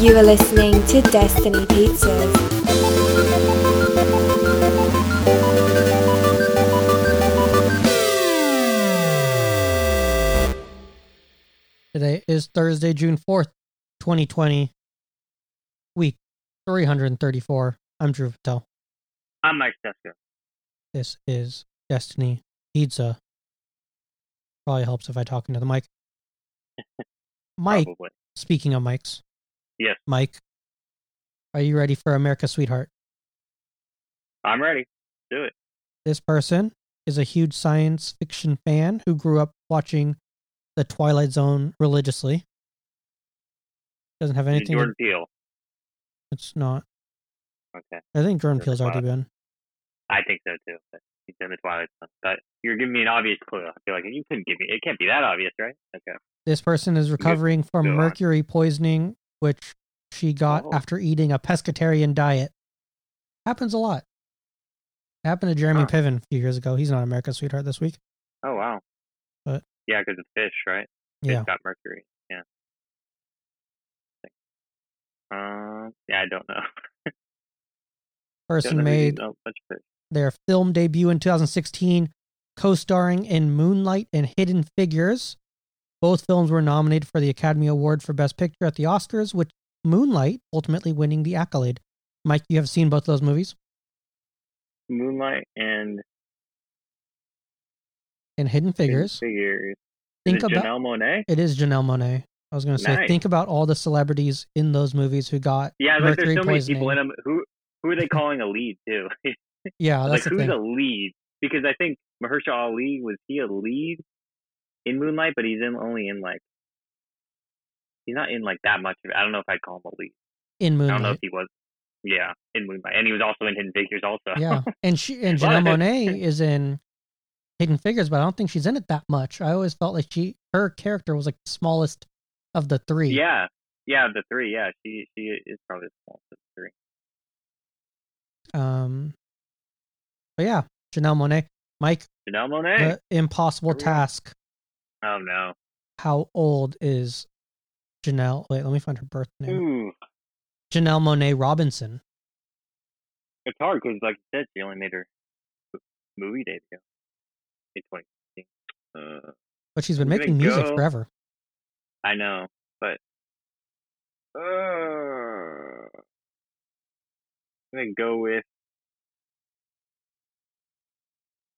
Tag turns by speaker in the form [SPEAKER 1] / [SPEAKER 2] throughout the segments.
[SPEAKER 1] You are listening to Destiny Pizzas.
[SPEAKER 2] Today is Thursday, June 4th, 2020, week 334. I'm Drew Patel.
[SPEAKER 3] I'm Mike Seska.
[SPEAKER 2] This is Destiny Pizza. Probably helps if I talk into the mic. Mike,
[SPEAKER 3] Probably.
[SPEAKER 2] speaking of mics.
[SPEAKER 3] Yes.
[SPEAKER 2] Mike, are you ready for America's Sweetheart?
[SPEAKER 3] I'm ready.
[SPEAKER 2] This person is a huge science fiction fan who grew up watching The Twilight Zone religiously. Doesn't have anything.
[SPEAKER 3] Jordan Peele.
[SPEAKER 2] It's not.
[SPEAKER 3] Okay.
[SPEAKER 2] I think Jordan
[SPEAKER 3] Jordan
[SPEAKER 2] Peele's already been.
[SPEAKER 3] I think so too. But he's in the Twilight Zone. But you're giving me an obvious clue. I feel like you couldn't give me. It can't be that obvious, right? Okay.
[SPEAKER 2] This person is recovering from
[SPEAKER 3] go on.
[SPEAKER 2] mercury poisoning, which she got
[SPEAKER 3] Oh.
[SPEAKER 2] after eating a pescatarian diet. Happens a lot. Happened to Jeremy
[SPEAKER 3] Huh.
[SPEAKER 2] Piven a few years ago. He's not America's sweetheart this week.
[SPEAKER 3] Oh wow.
[SPEAKER 2] But-
[SPEAKER 3] yeah, because it's fish, right? Fish
[SPEAKER 2] Yeah.
[SPEAKER 3] got mercury. Yeah. Um. yeah, I don't know. Don't
[SPEAKER 2] Person
[SPEAKER 3] know who
[SPEAKER 2] made
[SPEAKER 3] eats so much fish.
[SPEAKER 2] their film debut in 2016, co-starring in Moonlight and Hidden Figures. Both films were nominated for the Academy Award for Best Picture at the Oscars, with Moonlight ultimately winning the accolade. Mike, you have seen both of those movies,
[SPEAKER 3] Moonlight and
[SPEAKER 2] and Hidden Figures.
[SPEAKER 3] Figures.
[SPEAKER 2] Think
[SPEAKER 3] Is it
[SPEAKER 2] about
[SPEAKER 3] Janelle Monet.
[SPEAKER 2] It is Janelle Monet. I was going to say,
[SPEAKER 3] Nice.
[SPEAKER 2] think about all the celebrities in those movies who got.
[SPEAKER 3] Yeah, like there's
[SPEAKER 2] mercury
[SPEAKER 3] so many people in
[SPEAKER 2] poisoning.
[SPEAKER 3] them. Who who are they calling a lead too?
[SPEAKER 2] Yeah,
[SPEAKER 3] like
[SPEAKER 2] that's the
[SPEAKER 3] who's
[SPEAKER 2] thing.
[SPEAKER 3] a lead? Because I think Mahershala Ali was he a lead in Moonlight, but he's in only in like he's not in like that much of it. I don't know if I'd call him a lead.
[SPEAKER 2] in
[SPEAKER 3] I don't know
[SPEAKER 2] Moonlight.
[SPEAKER 3] if he was. Yeah, in Moonlight, and he was also in Hidden Figures. Also,
[SPEAKER 2] yeah, and she and
[SPEAKER 3] Well,
[SPEAKER 2] Janelle
[SPEAKER 3] it-
[SPEAKER 2] Monet is in Hidden Figures, but I don't think she's in it that much. I always felt like she her character was like the smallest of the three.
[SPEAKER 3] yeah, yeah, the three. Yeah, she she is probably the smallest of the three.
[SPEAKER 2] Um. But yeah, Janelle Monet, Mike,
[SPEAKER 3] Janelle Monet.
[SPEAKER 2] the impossible
[SPEAKER 3] There we go.
[SPEAKER 2] task.
[SPEAKER 3] oh no.
[SPEAKER 2] How old is Janelle? Wait, let me find her birth name.
[SPEAKER 3] Ooh,
[SPEAKER 2] Janelle Monet Robinson.
[SPEAKER 3] it's hard because like you said, she only made her movie debut in 2016. Uh,
[SPEAKER 2] But she's been
[SPEAKER 3] We're
[SPEAKER 2] making
[SPEAKER 3] gonna
[SPEAKER 2] music
[SPEAKER 3] go-
[SPEAKER 2] forever.
[SPEAKER 3] I know, but uh, I'm gonna go with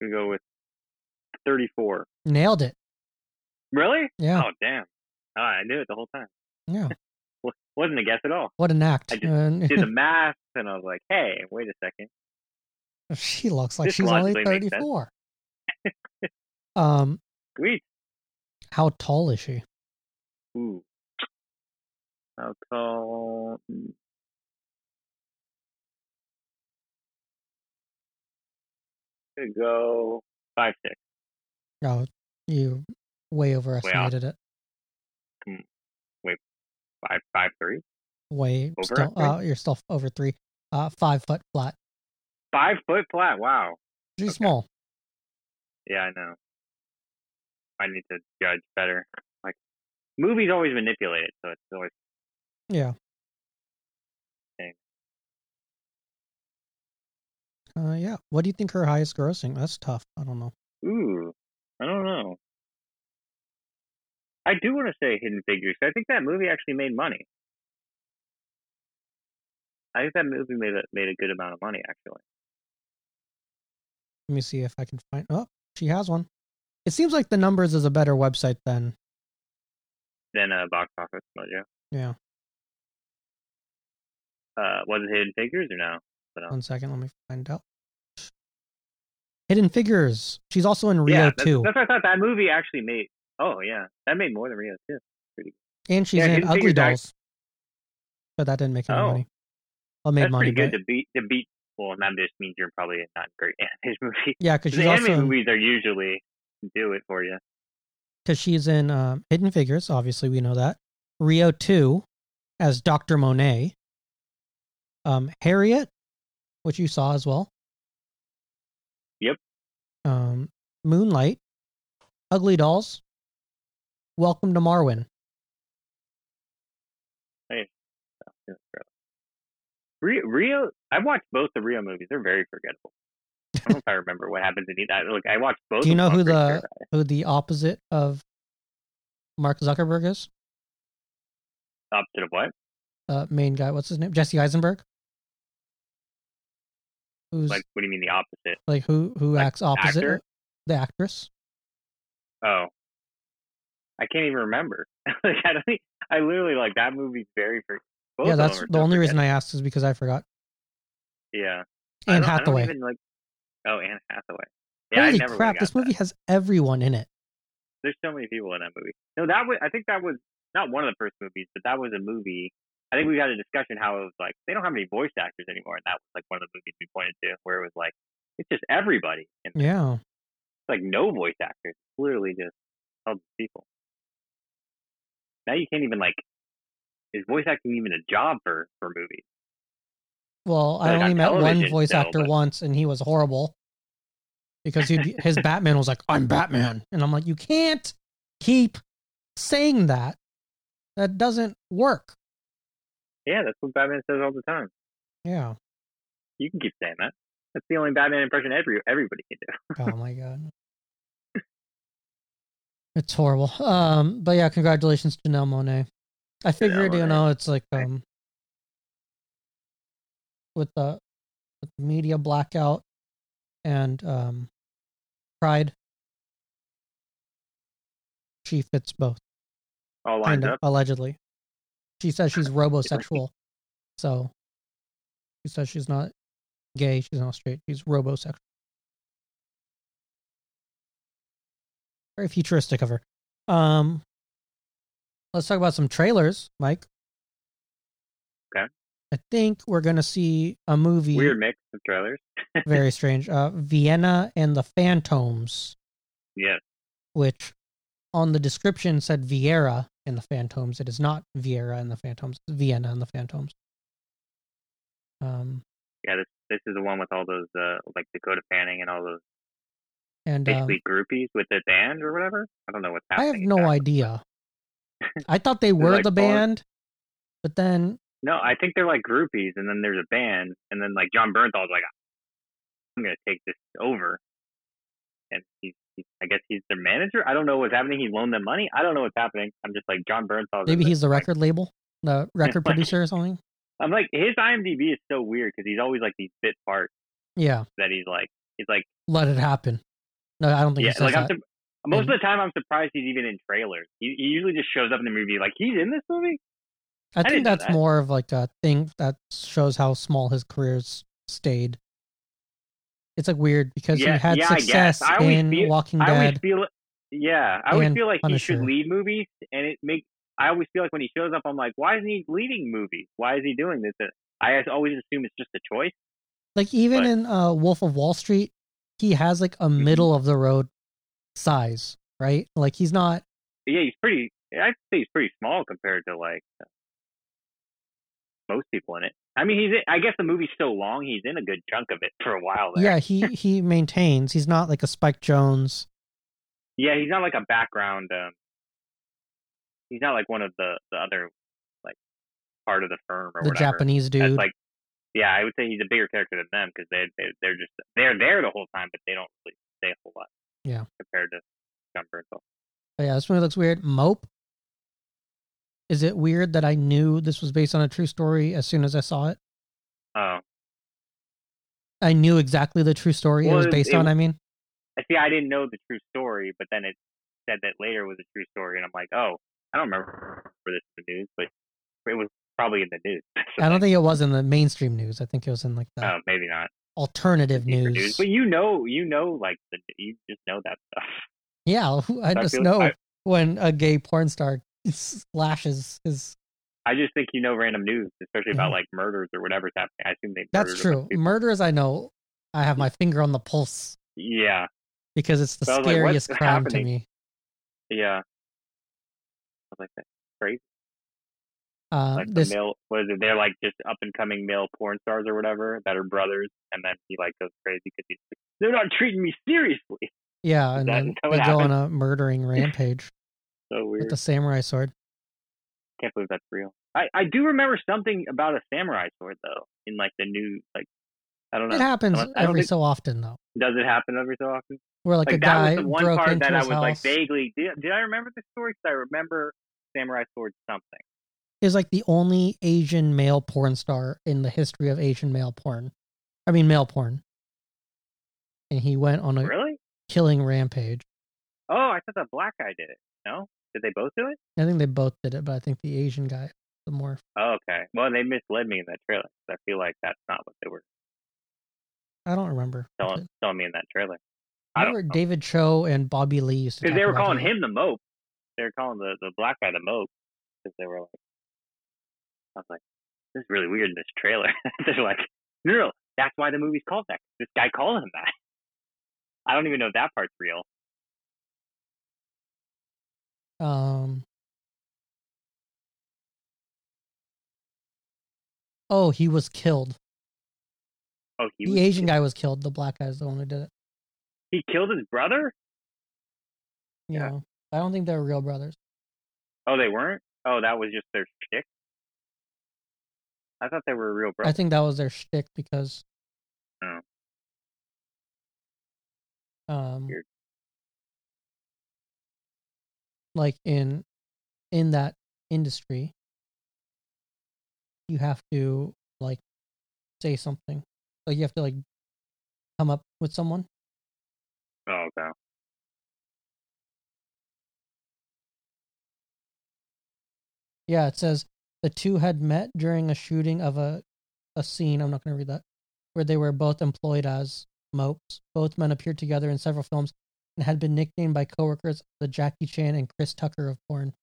[SPEAKER 3] I'm gonna go with 34.
[SPEAKER 2] Nailed it.
[SPEAKER 3] Really?
[SPEAKER 2] Yeah.
[SPEAKER 3] Oh damn! Ah, I knew it the whole time.
[SPEAKER 2] Yeah.
[SPEAKER 3] Wa- Wasn't a guess at all.
[SPEAKER 2] What an act.
[SPEAKER 3] I just
[SPEAKER 2] And-
[SPEAKER 3] Did the math, and I was like, "Hey, wait a second.
[SPEAKER 2] she looks like
[SPEAKER 3] this
[SPEAKER 2] she's only
[SPEAKER 3] logically makes sense.
[SPEAKER 2] 34. um,
[SPEAKER 3] Sweet.
[SPEAKER 2] how tall is she?
[SPEAKER 3] Ooh. I'll call. mm, Gonna go five six.
[SPEAKER 2] Oh, you way overestimated it.
[SPEAKER 3] five five three.
[SPEAKER 2] Way
[SPEAKER 3] Over
[SPEAKER 2] still, uh, you're still over three. Uh, five foot flat.
[SPEAKER 3] Five foot flat. Wow.
[SPEAKER 2] She's
[SPEAKER 3] Okay.
[SPEAKER 2] small.
[SPEAKER 3] Yeah, I know. I need to judge better. Like movies always manipulate it, so it's always
[SPEAKER 2] Yeah.
[SPEAKER 3] Okay.
[SPEAKER 2] Uh, yeah. What do you think her highest grossing? That's tough. I don't know.
[SPEAKER 3] ooh. I don't know. I do want to say Hidden Figures. 'cause I think that movie actually made money. I think that movie made a, made a good amount of money actually.
[SPEAKER 2] Let me see if I can find. Oh, she has one. It seems like the numbers is a better website than
[SPEAKER 3] Then uh, box office mojo.
[SPEAKER 2] yeah.
[SPEAKER 3] Uh, was it Hidden Figures or no?
[SPEAKER 2] One second, let me find out. Hidden Figures. She's also in Rio
[SPEAKER 3] yeah, that's,
[SPEAKER 2] too,
[SPEAKER 3] that's what I thought. That movie actually made. Oh yeah, that made more than Rio too.
[SPEAKER 2] and she's
[SPEAKER 3] yeah,
[SPEAKER 2] in
[SPEAKER 3] Hidden
[SPEAKER 2] Ugly
[SPEAKER 3] Figures, I-
[SPEAKER 2] Dolls. But that didn't make any
[SPEAKER 3] Oh.
[SPEAKER 2] money. Well, it made
[SPEAKER 3] That's
[SPEAKER 2] money,
[SPEAKER 3] pretty good
[SPEAKER 2] but
[SPEAKER 3] to beat to beat. Well, that just means you're probably not great at his movie.
[SPEAKER 2] yeah, because
[SPEAKER 3] The
[SPEAKER 2] she's
[SPEAKER 3] anime
[SPEAKER 2] also
[SPEAKER 3] movies are usually do it for you.
[SPEAKER 2] because she's in um, Hidden Figures. Obviously, we know that Rio two as Doctor Monet, um, Harriet, which you saw as well.
[SPEAKER 3] Yep.
[SPEAKER 2] Um, Moonlight, Ugly Dolls, Welcome to Marwin.
[SPEAKER 3] since Rio, Rio, I've watched both the Rio movies. They're very forgettable. I don't know if I remember what happens in either. Look, I watched both.
[SPEAKER 2] Do you
[SPEAKER 3] of
[SPEAKER 2] know
[SPEAKER 3] them,
[SPEAKER 2] who
[SPEAKER 3] I'm pretty
[SPEAKER 2] the who the opposite of Mark Zuckerberg is?
[SPEAKER 3] sure. opposite of what?
[SPEAKER 2] Uh, main guy, what's his name? Jesse Eisenberg. Who's
[SPEAKER 3] Like,
[SPEAKER 2] like,
[SPEAKER 3] what do you mean the opposite?
[SPEAKER 2] who who
[SPEAKER 3] like
[SPEAKER 2] acts opposite
[SPEAKER 3] actor?
[SPEAKER 2] the actress?
[SPEAKER 3] Oh, I can't even remember. like, I don't. e- I literally like that movie's very. For, both
[SPEAKER 2] yeah,
[SPEAKER 3] of
[SPEAKER 2] that's
[SPEAKER 3] them are
[SPEAKER 2] the
[SPEAKER 3] so
[SPEAKER 2] only reason I asked is because I forgot.
[SPEAKER 3] forgettable. Yeah, I
[SPEAKER 2] Anne
[SPEAKER 3] don't- I don't
[SPEAKER 2] Hathaway.
[SPEAKER 3] even, like, oh, Anne Hathaway. Yeah, I
[SPEAKER 2] Holy
[SPEAKER 3] never would've
[SPEAKER 2] crap!
[SPEAKER 3] got
[SPEAKER 2] This
[SPEAKER 3] that.
[SPEAKER 2] movie has everyone in it.
[SPEAKER 3] There's so many people in that movie. No, that was. I think that was not one of the first movies, but that was a movie. I think we had a discussion how it was like they don't have any voice actors anymore, and that was like one of the movies we pointed to where it was like it's just everybody, and it's
[SPEAKER 2] Yeah,
[SPEAKER 3] like no voice actors, It's literally just all these people. Now you can't even like is voice acting even a job for for movies?
[SPEAKER 2] Well, I
[SPEAKER 3] Like,
[SPEAKER 2] only
[SPEAKER 3] on
[SPEAKER 2] met one
[SPEAKER 3] television
[SPEAKER 2] voice
[SPEAKER 3] still,
[SPEAKER 2] actor
[SPEAKER 3] but-
[SPEAKER 2] once, and he was horrible because he'd, be- his Batman was like, "I'm Batman," and I'm like, "You can't keep saying that. That doesn't work."
[SPEAKER 3] Yeah, that's what Batman says all the time.
[SPEAKER 2] Yeah.
[SPEAKER 3] You can keep saying that. That's the only Batman impression every everybody can do.
[SPEAKER 2] Oh my god. It's horrible. Um, but yeah, congratulations, Janelle Monet. I figured, you
[SPEAKER 3] Monáe.
[SPEAKER 2] know, it's like
[SPEAKER 3] Right.
[SPEAKER 2] um with the with the media blackout and um pride. She fits both.
[SPEAKER 3] All lined
[SPEAKER 2] Kinda,
[SPEAKER 3] up.
[SPEAKER 2] allegedly. She says she's robosexual. So she says she's not gay, she's not straight, she's robosexual. Very futuristic of her. Um let's talk about some trailers, Mike.
[SPEAKER 3] Okay.
[SPEAKER 2] I think we're gonna see a movie
[SPEAKER 3] Weird mix of trailers.
[SPEAKER 2] very strange. Uh Vienna and the Phantoms
[SPEAKER 3] Yes.
[SPEAKER 2] which on the description said Vieira in the Phantoms. It is not Vieira in the Phantoms, it's Vienna in the Phantoms. Um,
[SPEAKER 3] Yeah, this this is the one with all those uh like Dakota Fanning and all those
[SPEAKER 2] and um,
[SPEAKER 3] basically groupies with the band or whatever. I don't know what's
[SPEAKER 2] I
[SPEAKER 3] happening.
[SPEAKER 2] have no
[SPEAKER 3] exactly.
[SPEAKER 2] idea. I thought they were
[SPEAKER 3] like
[SPEAKER 2] the
[SPEAKER 3] foreign-
[SPEAKER 2] band, but then
[SPEAKER 3] No, I think they're like groupies, and then there's a band, and then like John Bernthal's like, I'm gonna take this over, and he's, he's I guess he's their manager. I don't know what's happening. He loaned them money. I don't know what's happening. I'm just like John Bernthal.
[SPEAKER 2] maybe he's the record label, the record producer or something.
[SPEAKER 3] I'm like his IMDb is so weird because he's always like these bit parts
[SPEAKER 2] Yeah,
[SPEAKER 3] that he's like he's like
[SPEAKER 2] let it happen. No, I don't think
[SPEAKER 3] yeah
[SPEAKER 2] it says
[SPEAKER 3] like I'm
[SPEAKER 2] that.
[SPEAKER 3] sur- most of the time I'm surprised he's even in trailers. He, he usually just shows up in the movie like he's in this movie.
[SPEAKER 2] I
[SPEAKER 3] didn't
[SPEAKER 2] think
[SPEAKER 3] know
[SPEAKER 2] that's
[SPEAKER 3] that.
[SPEAKER 2] more of like a thing that shows how small his career's stayed. It's like weird because
[SPEAKER 3] Yeah,
[SPEAKER 2] he had
[SPEAKER 3] yeah, I guess.
[SPEAKER 2] success
[SPEAKER 3] I always
[SPEAKER 2] in
[SPEAKER 3] feel-
[SPEAKER 2] Walking
[SPEAKER 3] I always
[SPEAKER 2] Dead.
[SPEAKER 3] feel, yeah, I always
[SPEAKER 2] and
[SPEAKER 3] feel like he
[SPEAKER 2] Punisher.
[SPEAKER 3] should lead movies, and it make. I always feel like when he shows up, I'm like, why isn't he leading movies? Why is he doing this? And I always assume it's just a choice.
[SPEAKER 2] Like even
[SPEAKER 3] but-
[SPEAKER 2] in uh, Wolf of Wall Street, he has like
[SPEAKER 3] Mm-hmm.
[SPEAKER 2] a middle of the road size, right? Like he's not
[SPEAKER 3] But yeah, he's pretty. I'd say he's pretty small compared to like most people in it. I mean, he's. in- I guess the movie's so long, he's in a good chunk of it for a while. There.
[SPEAKER 2] yeah, he he maintains. He's not like a Spike Jones.
[SPEAKER 3] Yeah, he's not like a background. Um, he's not like one of the the other like part of the firm or
[SPEAKER 2] The
[SPEAKER 3] whatever.
[SPEAKER 2] Japanese dude.
[SPEAKER 3] That's like, yeah, I would say he's a bigger character than them because they, they they're just they're there the whole time, but they don't really say a whole lot.
[SPEAKER 2] Yeah.
[SPEAKER 3] compared to John Bernthal.
[SPEAKER 2] But yeah, this movie looks weird. Mope. Is it weird that I knew this was based on a true story as soon as I saw it?
[SPEAKER 3] Oh,
[SPEAKER 2] I knew exactly the true story it
[SPEAKER 3] Well,
[SPEAKER 2] was
[SPEAKER 3] it-
[SPEAKER 2] based
[SPEAKER 3] it-
[SPEAKER 2] on. I mean,
[SPEAKER 3] I see. I didn't know the true story, but then it said that later was a true story, and I'm like, oh, I don't remember this in the news, but it was probably in the news.
[SPEAKER 2] I don't think it was in the mainstream news. I think it was in like the
[SPEAKER 3] Oh, maybe not.
[SPEAKER 2] alternative
[SPEAKER 3] Secret
[SPEAKER 2] news.
[SPEAKER 3] But you know, you know, like the, you just know that stuff.
[SPEAKER 2] Yeah, I
[SPEAKER 3] I
[SPEAKER 2] just
[SPEAKER 3] feel-
[SPEAKER 2] know
[SPEAKER 3] I-
[SPEAKER 2] when a gay porn star slashes his.
[SPEAKER 3] I just think you know random news, especially
[SPEAKER 2] Yeah.
[SPEAKER 3] about like murders or whatever's happening. I assume they.
[SPEAKER 2] Mm-hmm. That's
[SPEAKER 3] murdered a
[SPEAKER 2] true.
[SPEAKER 3] bunch of people.
[SPEAKER 2] Murders, I know. I have my finger on the pulse
[SPEAKER 3] Yeah.
[SPEAKER 2] because it's the
[SPEAKER 3] So I was like, what's
[SPEAKER 2] scariest crime to
[SPEAKER 3] happening?
[SPEAKER 2] me.
[SPEAKER 3] Yeah. I was like, that's crazy.
[SPEAKER 2] Uh,
[SPEAKER 3] Like
[SPEAKER 2] this
[SPEAKER 3] the male was it? They're like just up and coming male porn stars or whatever that are brothers, and then he like goes crazy because he's like, they're not treating me seriously.
[SPEAKER 2] yeah,
[SPEAKER 3] Is
[SPEAKER 2] and
[SPEAKER 3] that-
[SPEAKER 2] then
[SPEAKER 3] is
[SPEAKER 2] they
[SPEAKER 3] that what
[SPEAKER 2] go on a murdering rampage
[SPEAKER 3] So
[SPEAKER 2] with
[SPEAKER 3] weird.
[SPEAKER 2] the samurai sword.
[SPEAKER 3] Can't believe that's real. I, I do remember something about a samurai sword though in like the new like I don't know.
[SPEAKER 2] It happens
[SPEAKER 3] I don't
[SPEAKER 2] every
[SPEAKER 3] think-
[SPEAKER 2] so often though,
[SPEAKER 3] Does it happen every so often?
[SPEAKER 2] where like, a
[SPEAKER 3] that
[SPEAKER 2] guy
[SPEAKER 3] was the one
[SPEAKER 2] broke
[SPEAKER 3] part
[SPEAKER 2] into
[SPEAKER 3] that I
[SPEAKER 2] his
[SPEAKER 3] was
[SPEAKER 2] house.
[SPEAKER 3] like vaguely did, did I remember the story? 'Cause I remember samurai sword something.
[SPEAKER 2] is like the only Asian male porn star in the history of Asian male porn. I mean, male porn. And he went on a
[SPEAKER 3] Really?
[SPEAKER 2] killing rampage.
[SPEAKER 3] Oh, I thought the black guy did it. No, did they both do it?
[SPEAKER 2] I think they both did it, but I think the Asian guy the more.
[SPEAKER 3] Oh, okay. Well, they misled me in that trailer. 'cause I feel like that's not what they were
[SPEAKER 2] I don't remember.
[SPEAKER 3] telling, telling me in that trailer.
[SPEAKER 2] I
[SPEAKER 3] I don't
[SPEAKER 2] remember David Cho and Bobby Lee used to.
[SPEAKER 3] because
[SPEAKER 2] talk
[SPEAKER 3] they were
[SPEAKER 2] about
[SPEAKER 3] calling
[SPEAKER 2] it.
[SPEAKER 3] him the mope. They were calling the, the black guy the mope because they were like, I was like, this is really weird in this trailer. They're like, no, no, that's why the movie's called that. This guy called him that. I don't even know if that part's real.
[SPEAKER 2] Um. Oh, he was killed.
[SPEAKER 3] Oh, he
[SPEAKER 2] the
[SPEAKER 3] was-
[SPEAKER 2] Asian guy was killed. The black guy's the one who did it.
[SPEAKER 3] He killed his brother.
[SPEAKER 2] You
[SPEAKER 3] Yeah.
[SPEAKER 2] know, I don't think they're real brothers.
[SPEAKER 3] Oh, they weren't. Oh, that was just their shtick. I thought they were real
[SPEAKER 2] I
[SPEAKER 3] brothers.
[SPEAKER 2] think that was their shtick because.
[SPEAKER 3] Oh.
[SPEAKER 2] Um,
[SPEAKER 3] Weird.
[SPEAKER 2] like in, in that industry, you have to like say something. Like you have to like come up with someone.
[SPEAKER 3] oh, okay.
[SPEAKER 2] Yeah, it says the two had met during a shooting of a, a scene. I'm not going to read that, where they were both employed as mopes. Both men appeared together in several films and had been nicknamed by coworkers the Jackie Chan and Chris Tucker of porn.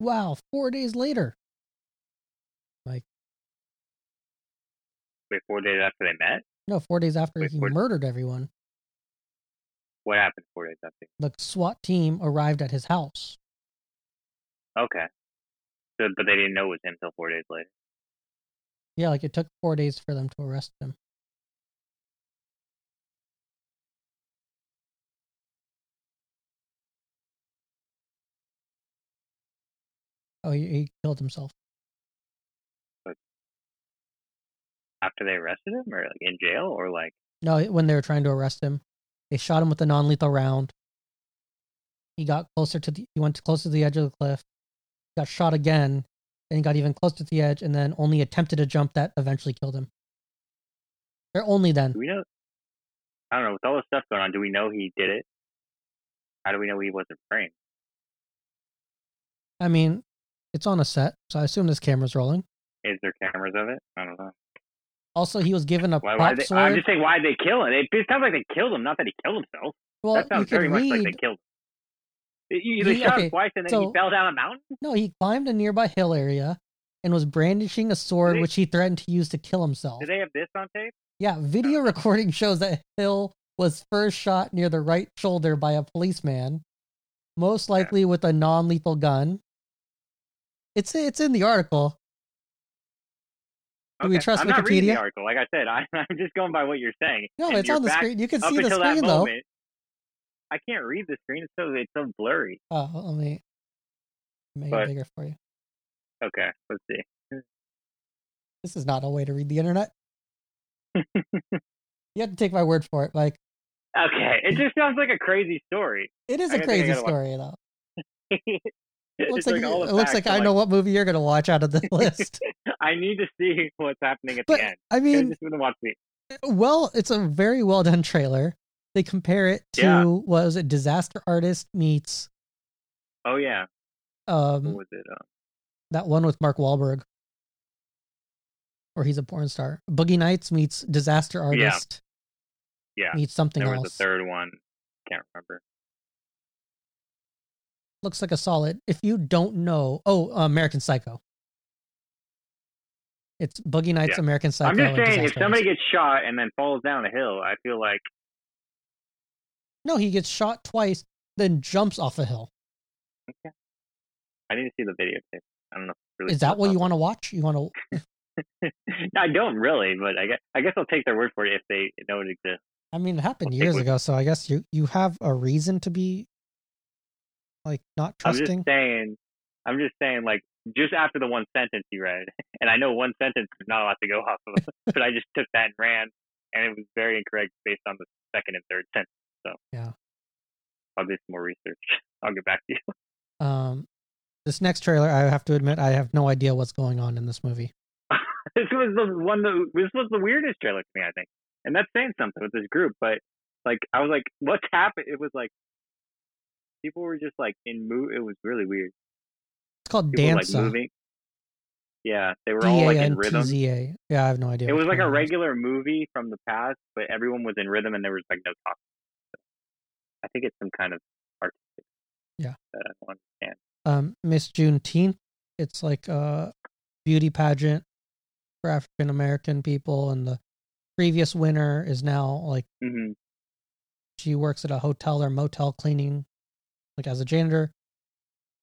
[SPEAKER 2] Wow, four days later.
[SPEAKER 3] Wait, four days after they met.
[SPEAKER 2] No, four days after
[SPEAKER 3] Wait,
[SPEAKER 2] he
[SPEAKER 3] four-
[SPEAKER 2] murdered everyone,
[SPEAKER 3] What happened four days after?
[SPEAKER 2] the SWAT team arrived at his house.
[SPEAKER 3] Okay. So, but they didn't know it was him till four days later.
[SPEAKER 2] Yeah, like it took four days for them to arrest him. Oh, he, he killed himself.
[SPEAKER 3] After they arrested him, or like in jail, or like
[SPEAKER 2] No, when they were trying to arrest him, they shot him with a non-lethal round. He got closer to the. He went closer to the edge of the cliff, got shot again, and he got even closer to the edge, and then only attempted a jump that eventually killed him. Or only then.
[SPEAKER 3] do we know? I don't know. With all this stuff going on, do we know he did it? How do we know he wasn't framed?
[SPEAKER 2] I mean, it's on a set, so I assume this camera's rolling.
[SPEAKER 3] Is there cameras of it? I don't know.
[SPEAKER 2] Also, he was given a
[SPEAKER 3] Why? Why
[SPEAKER 2] prop
[SPEAKER 3] they, I'm
[SPEAKER 2] sword.
[SPEAKER 3] just saying, why did they kill him? It, it sounds like they killed him. Not that he killed himself.
[SPEAKER 2] well,
[SPEAKER 3] that
[SPEAKER 2] you
[SPEAKER 3] sounds
[SPEAKER 2] could
[SPEAKER 3] very much like
[SPEAKER 2] read.
[SPEAKER 3] they killed him. You, they
[SPEAKER 2] He-
[SPEAKER 3] shot
[SPEAKER 2] okay,
[SPEAKER 3] him twice, and then
[SPEAKER 2] so-
[SPEAKER 3] he fell down a mountain.
[SPEAKER 2] No, he climbed a nearby hill area and was brandishing a sword,
[SPEAKER 3] Did they-
[SPEAKER 2] which he threatened to use to kill himself.
[SPEAKER 3] Do they have this on tape?
[SPEAKER 2] Yeah, video recording shows that Hill was first shot near the right shoulder by a policeman, most likely with a non-lethal gun. It's it's in the article. Do we trust
[SPEAKER 3] I'm not reading
[SPEAKER 2] Wikipedia?
[SPEAKER 3] the article. Like I said, I, I'm just going by what you're saying.
[SPEAKER 2] No,
[SPEAKER 3] And
[SPEAKER 2] it's
[SPEAKER 3] your
[SPEAKER 2] on the
[SPEAKER 3] back-
[SPEAKER 2] screen. You can
[SPEAKER 3] Up
[SPEAKER 2] see the
[SPEAKER 3] until
[SPEAKER 2] screen
[SPEAKER 3] that
[SPEAKER 2] though.
[SPEAKER 3] moment, I can't read the screen. It's so it's so blurry.
[SPEAKER 2] Oh, let me make it
[SPEAKER 3] But-
[SPEAKER 2] bigger for you.
[SPEAKER 3] Okay, let's see.
[SPEAKER 2] This is not a way to read the internet. you have to take my word for it. Like
[SPEAKER 3] Okay, it just sounds like a crazy story.
[SPEAKER 2] it is
[SPEAKER 3] I
[SPEAKER 2] a
[SPEAKER 3] gotta think, I
[SPEAKER 2] crazy
[SPEAKER 3] gotta watch-
[SPEAKER 2] story though.
[SPEAKER 3] it
[SPEAKER 2] It looks like,
[SPEAKER 3] all
[SPEAKER 2] it
[SPEAKER 3] the
[SPEAKER 2] looks
[SPEAKER 3] facts.
[SPEAKER 2] like
[SPEAKER 3] I'm
[SPEAKER 2] I know what movie you're gonna watch out of the list.
[SPEAKER 3] I need to see what's happening at
[SPEAKER 2] But
[SPEAKER 3] the end.
[SPEAKER 2] I
[SPEAKER 3] I
[SPEAKER 2] mean,
[SPEAKER 3] just want to watch the.
[SPEAKER 2] well, it's a very well done trailer. They compare it to
[SPEAKER 3] Yeah.
[SPEAKER 2] what was it, Disaster Artist meets
[SPEAKER 3] Oh yeah, what
[SPEAKER 2] um
[SPEAKER 3] was it? Um,
[SPEAKER 2] that one with Mark Wahlberg, where he's a porn star. Boogie Nights meets Disaster Artist
[SPEAKER 3] yeah,
[SPEAKER 2] meets something
[SPEAKER 3] there was
[SPEAKER 2] else.
[SPEAKER 3] a third one. Can't remember.
[SPEAKER 2] Looks like a solid. If you don't know, oh, American Psycho. It's Boogie Nights,
[SPEAKER 3] Yeah.
[SPEAKER 2] American Psycho.
[SPEAKER 3] I'm just
[SPEAKER 2] and
[SPEAKER 3] saying, if
[SPEAKER 2] Disaster
[SPEAKER 3] somebody
[SPEAKER 2] Artist.
[SPEAKER 3] gets shot and then falls down a hill, I feel like
[SPEAKER 2] no, he gets shot twice, then jumps off a hill.
[SPEAKER 3] I need to see the video tape. I don't know. if it's Really
[SPEAKER 2] Is that what you want to watch? You want to?
[SPEAKER 3] no, I don't really, but I guess I guess I'll take their word for it if they know it exists.
[SPEAKER 2] I mean, it happened
[SPEAKER 3] I'll take
[SPEAKER 2] years
[SPEAKER 3] what-
[SPEAKER 2] ago, so I guess you you have a reason to be like not
[SPEAKER 3] I'm
[SPEAKER 2] trusting.
[SPEAKER 3] just saying. I'm just saying, like just after the one sentence you read, and I know one sentence is not allowed to go off of, but I just took that and ran, and it was very incorrect based on the second and third sentence. So
[SPEAKER 2] Yeah.
[SPEAKER 3] I'll do some more research. I'll get back to you.
[SPEAKER 2] Um, this next trailer, I have to admit, I have no idea what's going on in this movie.
[SPEAKER 3] this was the one that this was the weirdest trailer to me, I think. And that's saying something with this group, but like I was like, what's happened? It was like people were just like in move. It was really weird.
[SPEAKER 2] It's called
[SPEAKER 3] People were, like
[SPEAKER 2] Danza.
[SPEAKER 3] moving. Yeah, they were all like in rhythm.
[SPEAKER 2] D-A-N-T-Z-A. Yeah, I have no idea.
[SPEAKER 3] It
[SPEAKER 2] what's
[SPEAKER 3] was like a
[SPEAKER 2] going on.
[SPEAKER 3] regular movie from the past, but everyone was in rhythm and there was like no talk. I think it's some kind of artistic.
[SPEAKER 2] Yeah.
[SPEAKER 3] That I don't understand.
[SPEAKER 2] um, Miss Juneteenth. It's like a beauty pageant for African American people, and the previous winner is now like
[SPEAKER 3] hmm
[SPEAKER 2] she works at a hotel or motel cleaning, like as a janitor,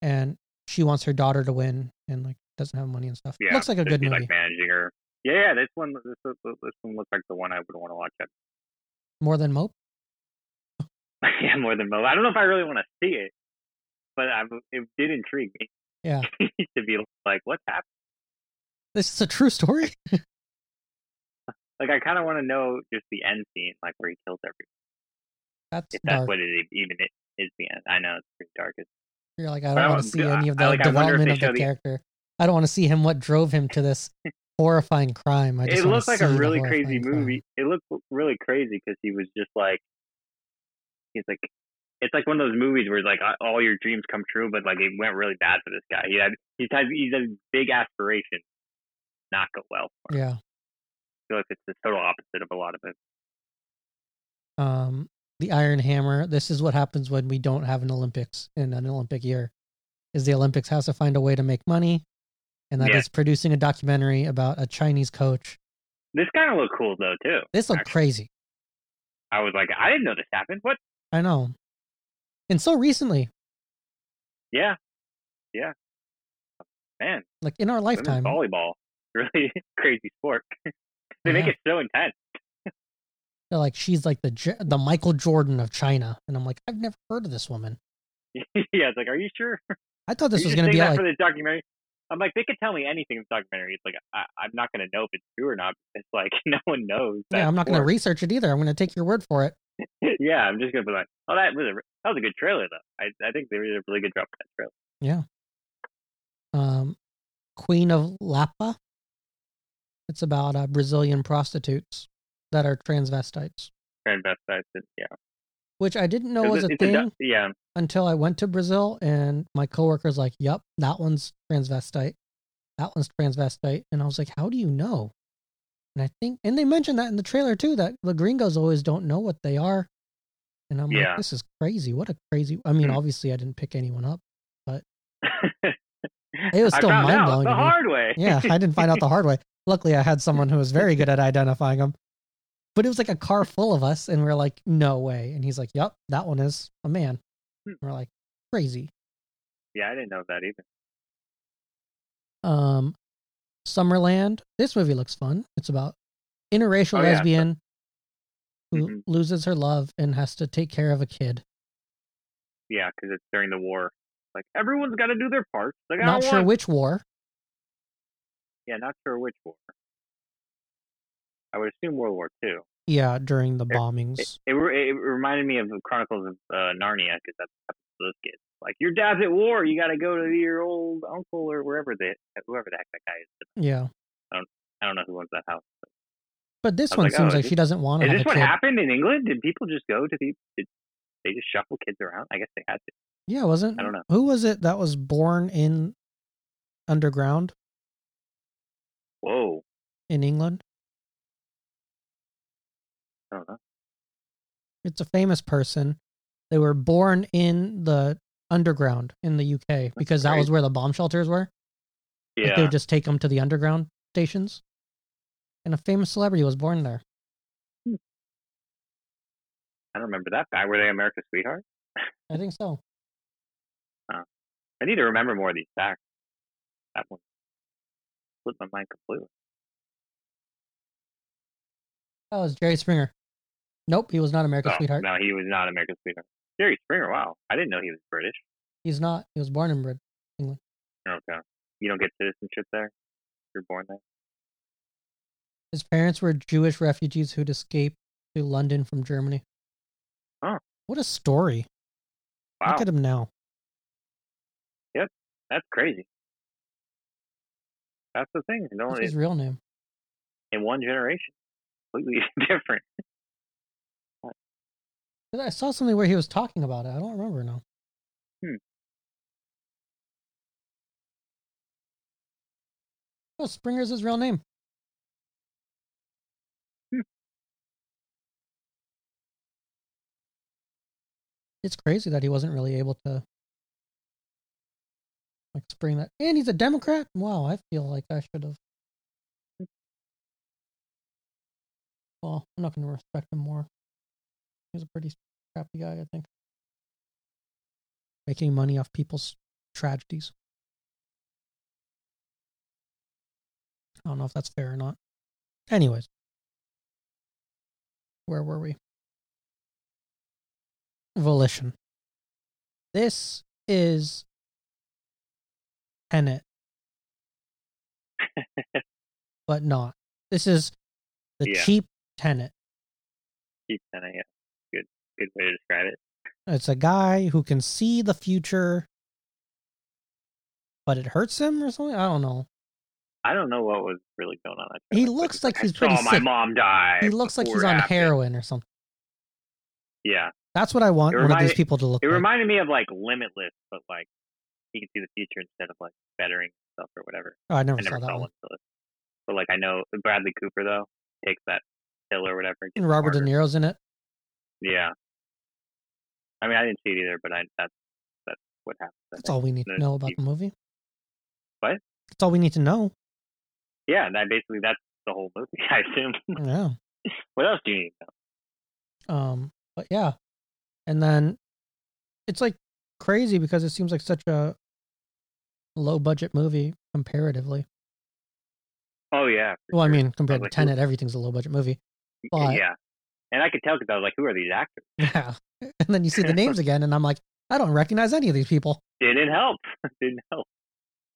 [SPEAKER 2] and she wants her daughter to win, and like doesn't have money and stuff.
[SPEAKER 3] Yeah.
[SPEAKER 2] Looks like a
[SPEAKER 3] so
[SPEAKER 2] good
[SPEAKER 3] she's,
[SPEAKER 2] movie.
[SPEAKER 3] Like managing her. Yeah, yeah. This one, this, this, this one looks like the one I would want to watch. At
[SPEAKER 2] More than Mope.
[SPEAKER 3] yeah, more than Mo. I don't know if I really want to see it, but I, it did intrigue me.
[SPEAKER 2] Yeah.
[SPEAKER 3] to be like, what's happening?
[SPEAKER 2] This is a true story.
[SPEAKER 3] Like, I kind of want to know just the end scene, like where he kills everyone.
[SPEAKER 2] That's
[SPEAKER 3] If that's
[SPEAKER 2] dark.
[SPEAKER 3] what it e- even it is the end. I know it's pretty dark. It's,
[SPEAKER 2] You're like, I
[SPEAKER 3] I
[SPEAKER 2] don't want
[SPEAKER 3] don't-
[SPEAKER 2] to see any of the
[SPEAKER 3] I- like, I wonder if
[SPEAKER 2] development
[SPEAKER 3] they
[SPEAKER 2] of the
[SPEAKER 3] show the-
[SPEAKER 2] character. I don't want to see him. What drove him to this horrifying crime? I just
[SPEAKER 3] it
[SPEAKER 2] wanna
[SPEAKER 3] looked like
[SPEAKER 2] see
[SPEAKER 3] a
[SPEAKER 2] the
[SPEAKER 3] really crazy
[SPEAKER 2] horrifying crime.
[SPEAKER 3] movie. It looked really crazy because he was just like, he's like, it's like one of those movies where like all your dreams come true, but like it went really bad for this guy. He had he had he's had big aspirations, not go well. For him.
[SPEAKER 2] Yeah.
[SPEAKER 3] I feel like it's the total opposite of a lot of it.
[SPEAKER 2] um, the Iron Hammer. This is what happens when we don't have an Olympics in an Olympic year. Is the Olympics has to find a way to make money, and that is
[SPEAKER 3] Yeah.
[SPEAKER 2] producing a documentary about a Chinese coach.
[SPEAKER 3] This kind of looked cool though too.
[SPEAKER 2] This looked
[SPEAKER 3] Actually.
[SPEAKER 2] crazy.
[SPEAKER 3] I was like, I didn't know this happened. What?
[SPEAKER 2] I know, and so recently,
[SPEAKER 3] Yeah, yeah. Man,
[SPEAKER 2] like in our
[SPEAKER 3] women's
[SPEAKER 2] lifetime,
[SPEAKER 3] volleyball, really crazy sport. they make
[SPEAKER 2] Yeah.
[SPEAKER 3] it so intense.
[SPEAKER 2] they're like she's like the J- the Michael Jordan of China, and I'm like, I've never heard of this woman.
[SPEAKER 3] yeah, it's like, are you sure?
[SPEAKER 2] I thought this
[SPEAKER 3] you
[SPEAKER 2] was
[SPEAKER 3] just
[SPEAKER 2] going to
[SPEAKER 3] saying
[SPEAKER 2] be
[SPEAKER 3] that
[SPEAKER 2] like
[SPEAKER 3] for the documentary. I'm like, they could tell me anything in the documentary. It's like I, I'm not gonna know if it's true or not. It's like no one knows.
[SPEAKER 2] Yeah,
[SPEAKER 3] that
[SPEAKER 2] I'm not going to
[SPEAKER 3] sport.
[SPEAKER 2] research it either. I'm going to take your word for it.
[SPEAKER 3] yeah, I'm just gonna be like, oh, that was a that was a good trailer though. I I think they did a really good job with that trailer.
[SPEAKER 2] Um, Queen of Lapa. It's about uh, Brazilian prostitutes that are transvestites,
[SPEAKER 3] Transvestites, and- yeah.
[SPEAKER 2] which I didn't know
[SPEAKER 3] It's
[SPEAKER 2] was a
[SPEAKER 3] it's
[SPEAKER 2] thing
[SPEAKER 3] doc- yeah,
[SPEAKER 2] until I went to Brazil and my coworker's like, "Yep, that one's transvestite. That one's transvestite." And I was like, "How do you know?" And I think and they mentioned that in the trailer too that the gringos always don't know what they are. And I'm
[SPEAKER 3] Yeah.
[SPEAKER 2] like, "This is crazy. What a crazy I mean,
[SPEAKER 3] Hmm.
[SPEAKER 2] obviously I didn't pick anyone up.
[SPEAKER 3] it
[SPEAKER 2] was still
[SPEAKER 3] I found out
[SPEAKER 2] mind-blowing
[SPEAKER 3] The
[SPEAKER 2] to me.
[SPEAKER 3] hard way.
[SPEAKER 2] Yeah, I didn't find out the hard way. Luckily, I had someone who was very good at identifying them. But it was like a car full of us, and we are like, no way. And he's like, yep, that one is a man.
[SPEAKER 3] Hmm.
[SPEAKER 2] And we're like, crazy.
[SPEAKER 3] Yeah, I didn't know that either.
[SPEAKER 2] Um, Summerland. This movie looks fun. It's about interracial
[SPEAKER 3] Oh, yeah.
[SPEAKER 2] lesbian who
[SPEAKER 3] Mhm.
[SPEAKER 2] loses her love and has to take care of a kid.
[SPEAKER 3] Yeah, because it's during the war. Like everyone's got to do their part. Like I
[SPEAKER 2] Not
[SPEAKER 3] don't
[SPEAKER 2] sure
[SPEAKER 3] want-
[SPEAKER 2] which war.
[SPEAKER 3] Yeah, not sure which war. I would assume World War Two.
[SPEAKER 2] Yeah, during the
[SPEAKER 3] It-
[SPEAKER 2] bombings.
[SPEAKER 3] It, it, re- it reminded me of the Chronicles of uh, Narnia because that's what happens to those kids. Like your dad's at war, you got to go to
[SPEAKER 2] Mm.
[SPEAKER 3] your old uncle or wherever the whoever the heck that guy is.
[SPEAKER 2] yeah,
[SPEAKER 3] I don't know who owns that house.
[SPEAKER 2] but this
[SPEAKER 3] I was
[SPEAKER 2] one
[SPEAKER 3] like,
[SPEAKER 2] seems
[SPEAKER 3] oh,
[SPEAKER 2] like
[SPEAKER 3] is
[SPEAKER 2] she doesn't want to
[SPEAKER 3] Is
[SPEAKER 2] have
[SPEAKER 3] this
[SPEAKER 2] a
[SPEAKER 3] what
[SPEAKER 2] kid.
[SPEAKER 3] happened in England? Did people just go to the? Did they just shuffle kids around? I guess they had to.
[SPEAKER 2] Yeah, wasn't
[SPEAKER 3] I don't know.
[SPEAKER 2] who was it that was born in underground
[SPEAKER 3] Whoa,
[SPEAKER 2] in England?
[SPEAKER 3] I don't know.
[SPEAKER 2] It's a famous person. They were born in the underground in the UK because that was where the bomb shelters were. Like, they
[SPEAKER 3] Yeah,
[SPEAKER 2] would just take them to the underground stations. And a famous celebrity was born there.
[SPEAKER 3] I don't remember that guy. Were they America's sweetheart?
[SPEAKER 2] I think so.
[SPEAKER 3] I need to remember more of these facts. That one slipped my mind completely.
[SPEAKER 2] Oh, it was Jerry Springer. Nope, he was not America's
[SPEAKER 3] Oh,
[SPEAKER 2] Sweetheart.
[SPEAKER 3] No, he was not America's sweetheart. Jerry Springer. Wow, I didn't know he was British.
[SPEAKER 2] He's not. He was born and bred.
[SPEAKER 3] Okay, you don't get citizenship there. You're born there.
[SPEAKER 2] His parents were Jewish refugees who'd escaped to London from Germany.
[SPEAKER 3] Huh.
[SPEAKER 2] What a story.
[SPEAKER 3] Wow,
[SPEAKER 2] Look at him now.
[SPEAKER 3] that's crazy. That's the thing. No,
[SPEAKER 2] What's
[SPEAKER 3] it-
[SPEAKER 2] his real name?
[SPEAKER 3] in one generation, completely different.
[SPEAKER 2] 'Cause I saw something where he was talking about it. I don't remember now.
[SPEAKER 3] Hmm.
[SPEAKER 2] Oh, Springer's his real name.
[SPEAKER 3] Hmm.
[SPEAKER 2] It's crazy that he wasn't really able to like spring that. And he's a Democrat. Wow, I feel like I should have.
[SPEAKER 3] Hmm.
[SPEAKER 2] Well, I'm not going to respect him more. He's a pretty crappy guy, I think. Making money off people's tragedies. I don't know if that's fair or not. Anyways, where were we? Volition. This is Tenet, but not. This is the
[SPEAKER 3] Yeah.
[SPEAKER 2] cheap Tenet.
[SPEAKER 3] Keep that yeah. Good, good way to describe it.
[SPEAKER 2] It's a guy who can see the future, but it hurts him or something. I don't know.
[SPEAKER 3] I don't know what was really going on. I
[SPEAKER 2] He
[SPEAKER 3] feel
[SPEAKER 2] looks like
[SPEAKER 3] I
[SPEAKER 2] he's
[SPEAKER 3] saw
[SPEAKER 2] pretty
[SPEAKER 3] Oh, my
[SPEAKER 2] sick.
[SPEAKER 3] mom die.
[SPEAKER 2] He looks like he's
[SPEAKER 3] before it
[SPEAKER 2] on
[SPEAKER 3] happened.
[SPEAKER 2] heroin or something.
[SPEAKER 3] Yeah,
[SPEAKER 2] That's what I want
[SPEAKER 3] It
[SPEAKER 2] one of these
[SPEAKER 3] reminded-
[SPEAKER 2] people to look
[SPEAKER 3] it
[SPEAKER 2] like.
[SPEAKER 3] reminded me of like Limitless, but like he can see the future instead of like bettering himself or whatever.
[SPEAKER 2] oh, I never,
[SPEAKER 3] I never
[SPEAKER 2] saw that
[SPEAKER 3] saw
[SPEAKER 2] one.
[SPEAKER 3] Limitless, but like I know Bradley Cooper though takes that pill or whatever. gets
[SPEAKER 2] And Robert
[SPEAKER 3] smarter.
[SPEAKER 2] De Niro's in it.
[SPEAKER 3] Yeah. I mean, I didn't see it either, but I that's that's what happened. I
[SPEAKER 2] That's
[SPEAKER 3] think.
[SPEAKER 2] all we need to
[SPEAKER 3] No,
[SPEAKER 2] know about
[SPEAKER 3] you-
[SPEAKER 2] the movie.
[SPEAKER 3] What?
[SPEAKER 2] That's all we need to know.
[SPEAKER 3] Yeah, that basically that's the whole movie. I assume.
[SPEAKER 2] Yeah.
[SPEAKER 3] what else do you need? to know?
[SPEAKER 2] Um, but yeah, and then it's like crazy because it seems like such a low budget movie comparatively.
[SPEAKER 3] Oh yeah. for
[SPEAKER 2] Well, I
[SPEAKER 3] sure.
[SPEAKER 2] mean, compared to
[SPEAKER 3] Like, who-
[SPEAKER 2] Tenet, everything's a low budget movie. but-
[SPEAKER 3] yeah. And I could tell because I was like, who are these actors?
[SPEAKER 2] Yeah. And then you see the names again, and I'm like, I don't recognize any of these people.
[SPEAKER 3] Didn't help. Didn't help.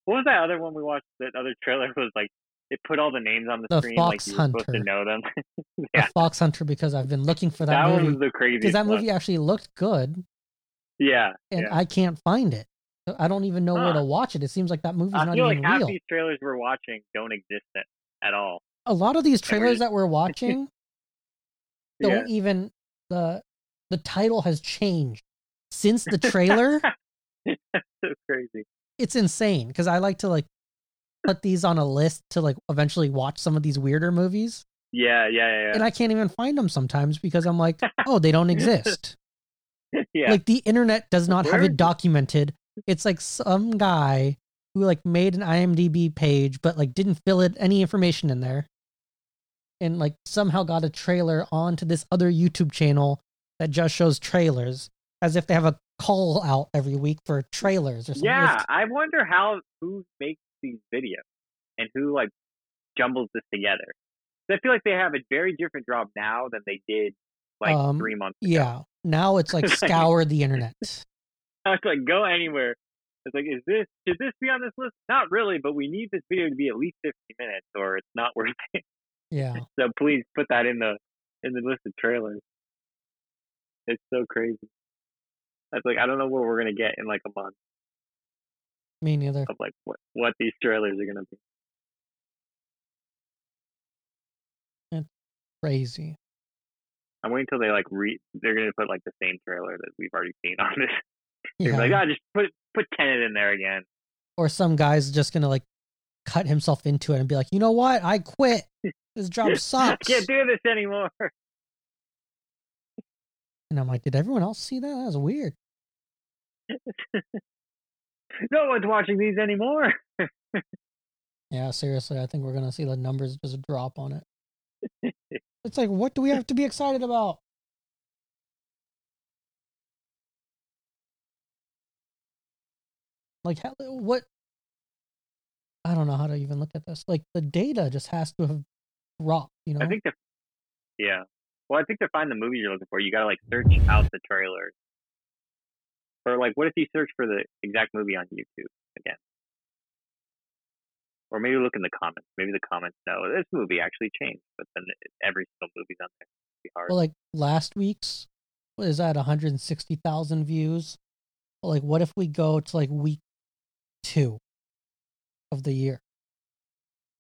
[SPEAKER 3] What was that other one we watched? That other trailer was like, it put all the names on the,
[SPEAKER 2] The
[SPEAKER 3] screen like
[SPEAKER 2] Fox
[SPEAKER 3] you were supposed
[SPEAKER 2] Hunter.
[SPEAKER 3] to know them.
[SPEAKER 2] The
[SPEAKER 3] yeah.
[SPEAKER 2] Fox Hunter, because I've been looking for
[SPEAKER 3] That,
[SPEAKER 2] that,
[SPEAKER 3] one was
[SPEAKER 2] movie.
[SPEAKER 3] the craziest.
[SPEAKER 2] Because that
[SPEAKER 3] one.
[SPEAKER 2] movie actually looked good,
[SPEAKER 3] Yeah.
[SPEAKER 2] and
[SPEAKER 3] yeah.
[SPEAKER 2] I can't find it. So I don't even know where
[SPEAKER 3] Huh.
[SPEAKER 2] to watch it. It seems like that movie's
[SPEAKER 3] I,
[SPEAKER 2] not
[SPEAKER 3] feel
[SPEAKER 2] even
[SPEAKER 3] like half
[SPEAKER 2] real.
[SPEAKER 3] these trailers we're watching don't exist at, at all.
[SPEAKER 2] A lot of these
[SPEAKER 3] and we're
[SPEAKER 2] trailers
[SPEAKER 3] just-
[SPEAKER 2] that we're watching
[SPEAKER 3] Yeah.
[SPEAKER 2] don't even the the title has changed since the trailer.
[SPEAKER 3] so crazy.
[SPEAKER 2] it's insane because I like to like put these on a list to like eventually watch some of these weirder movies.
[SPEAKER 3] Yeah, yeah,
[SPEAKER 2] and I can't even find them sometimes because I'm like, oh, they don't exist.
[SPEAKER 3] yeah. yeah.
[SPEAKER 2] Like the internet does not have
[SPEAKER 3] Where-
[SPEAKER 2] it documented. It's like some guy who like made an IMDb page but like didn't fill it any information in there, and like somehow got a trailer onto this other YouTube channel that just shows trailers, as if they have a call out every week for trailers or something.
[SPEAKER 3] yeah, I wonder how who makes these videos and who like jumbles this together. 'Cause I feel like they have a very different job now than they did like
[SPEAKER 2] Um,
[SPEAKER 3] three months ago.
[SPEAKER 2] yeah. Now it's like scour the internet.
[SPEAKER 3] I was like, go anywhere. It's like, is this should this be on this list? Not really, but we need this video to be at least fifty minutes, or it's not worth it.
[SPEAKER 2] Yeah.
[SPEAKER 3] So please put that in the in the list of trailers. It's so crazy. That's like I don't know what we're gonna get in like a month
[SPEAKER 2] Me neither.
[SPEAKER 3] of like what what these trailers are gonna be.
[SPEAKER 2] Crazy.
[SPEAKER 3] I'm waiting until they like re they're gonna put like the same trailer that we've already seen on this. They're
[SPEAKER 2] Yeah.
[SPEAKER 3] gonna be like, oh, just put put Tenet in there again.
[SPEAKER 2] or some guy's just gonna like cut himself into it and be like, you know what, I quit. This job
[SPEAKER 3] I
[SPEAKER 2] sucks.
[SPEAKER 3] can't do this anymore.
[SPEAKER 2] And I'm like, did everyone else see that? That was weird.
[SPEAKER 3] No one's watching these anymore.
[SPEAKER 2] Yeah, seriously, I think we're gonna see the numbers just drop on it. it's like, what do we have to be excited about? Like, how, what? I don't know how to even look at this. Like the data just has to have dropped, you know.
[SPEAKER 3] I think the yeah. Well, I think to find the movie you're looking for, you gotta like search out the trailers. Or like, what if you search for the exact movie on YouTube again? Or maybe look in the comments. Maybe the comments know this movie actually changed, but then every single movie's on there. It'd be hard.
[SPEAKER 2] well, like last week's was at 160,000 views. But, like what if we go to like week 2 of the year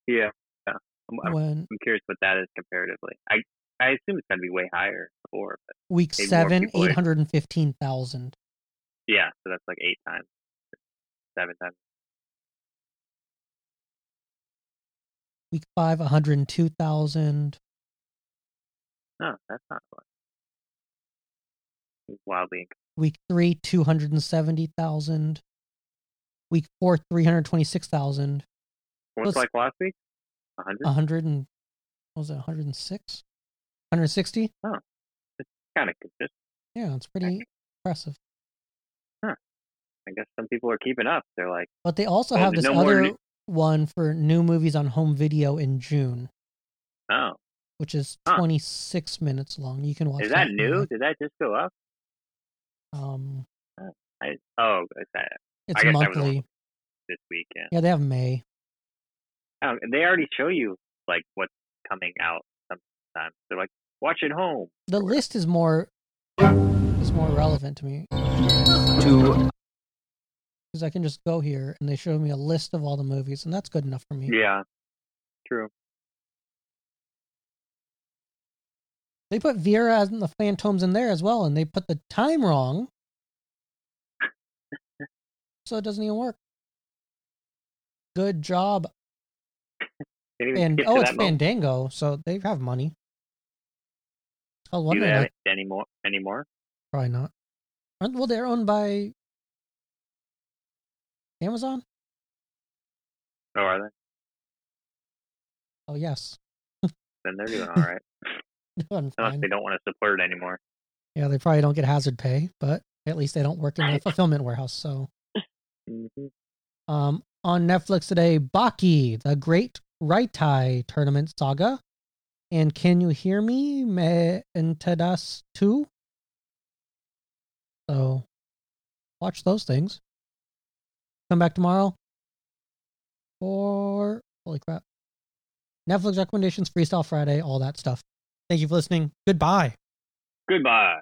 [SPEAKER 3] yeah, yeah. I'm, I'm,
[SPEAKER 2] when
[SPEAKER 3] I'm curious what that is comparatively. I I assume it's gonna be way higher before, but
[SPEAKER 2] week
[SPEAKER 3] Maybe more
[SPEAKER 2] 7
[SPEAKER 3] people eh? are-
[SPEAKER 2] 815,000.
[SPEAKER 3] yeah, so that's like eight times, seven times.
[SPEAKER 2] Week 5 102,000.
[SPEAKER 3] No, that's not a lot. It's wildly
[SPEAKER 2] Week 3 270,000. Week 4 326,000.
[SPEAKER 3] What's
[SPEAKER 2] Let's-
[SPEAKER 3] like last week? A hundred?
[SPEAKER 2] 100 and what was it 106 160
[SPEAKER 3] Kind of consistent.
[SPEAKER 2] yeah it's pretty impressive
[SPEAKER 3] I guess some people are keeping up. They're like,
[SPEAKER 2] but they also
[SPEAKER 3] Well,
[SPEAKER 2] have
[SPEAKER 3] there's
[SPEAKER 2] this
[SPEAKER 3] no more
[SPEAKER 2] other
[SPEAKER 3] new-
[SPEAKER 2] one for new movies on home video in june
[SPEAKER 3] oh,
[SPEAKER 2] which is
[SPEAKER 3] Huh.
[SPEAKER 2] 26 minutes long you can watch
[SPEAKER 3] is that
[SPEAKER 2] for
[SPEAKER 3] new?
[SPEAKER 2] like,
[SPEAKER 3] Did that just go up?
[SPEAKER 2] um
[SPEAKER 3] I, oh, is that
[SPEAKER 2] it's
[SPEAKER 3] guess that was the
[SPEAKER 2] monthly
[SPEAKER 3] this weekend?
[SPEAKER 2] yeah they have may
[SPEAKER 3] Oh, they already show you like what's coming out sometimes. They're like, watch it home.
[SPEAKER 2] the list is more is more relevant to me
[SPEAKER 4] to
[SPEAKER 2] because i can just go here and they show me a list of all the movies and that's good enough for me
[SPEAKER 3] Yeah, true.
[SPEAKER 2] They put Vera and the Phantoms in there as well, and they put the time wrong. so it doesn't even work. Good job.
[SPEAKER 3] Didn't even
[SPEAKER 2] And
[SPEAKER 3] skip
[SPEAKER 2] oh,
[SPEAKER 3] to
[SPEAKER 2] it's
[SPEAKER 3] that moment.
[SPEAKER 2] Fandango, so they have money. I was
[SPEAKER 3] Do they
[SPEAKER 2] wondering,
[SPEAKER 3] have
[SPEAKER 2] like,
[SPEAKER 3] it anymore? Anymore?
[SPEAKER 2] probably not. Aren't, well, they're owned by Amazon.
[SPEAKER 3] Oh, are they?
[SPEAKER 2] Oh yes,
[SPEAKER 3] Then they're doing all right.
[SPEAKER 2] Doing
[SPEAKER 3] Unless
[SPEAKER 2] fine.
[SPEAKER 3] they don't want to support it anymore.
[SPEAKER 2] yeah, they probably don't get hazard pay, but at least they don't work in a fulfillment warehouse. So
[SPEAKER 3] hmm
[SPEAKER 2] Um, on Netflix today, Baki, the Great Raitai Tournament Saga, and Can You Hear Me? Me Entedas 2. So, watch those things. Come back tomorrow for. Holy crap. Netflix recommendations, Freestyle Friday, all that stuff. Thank you for listening. Goodbye.
[SPEAKER 3] Goodbye.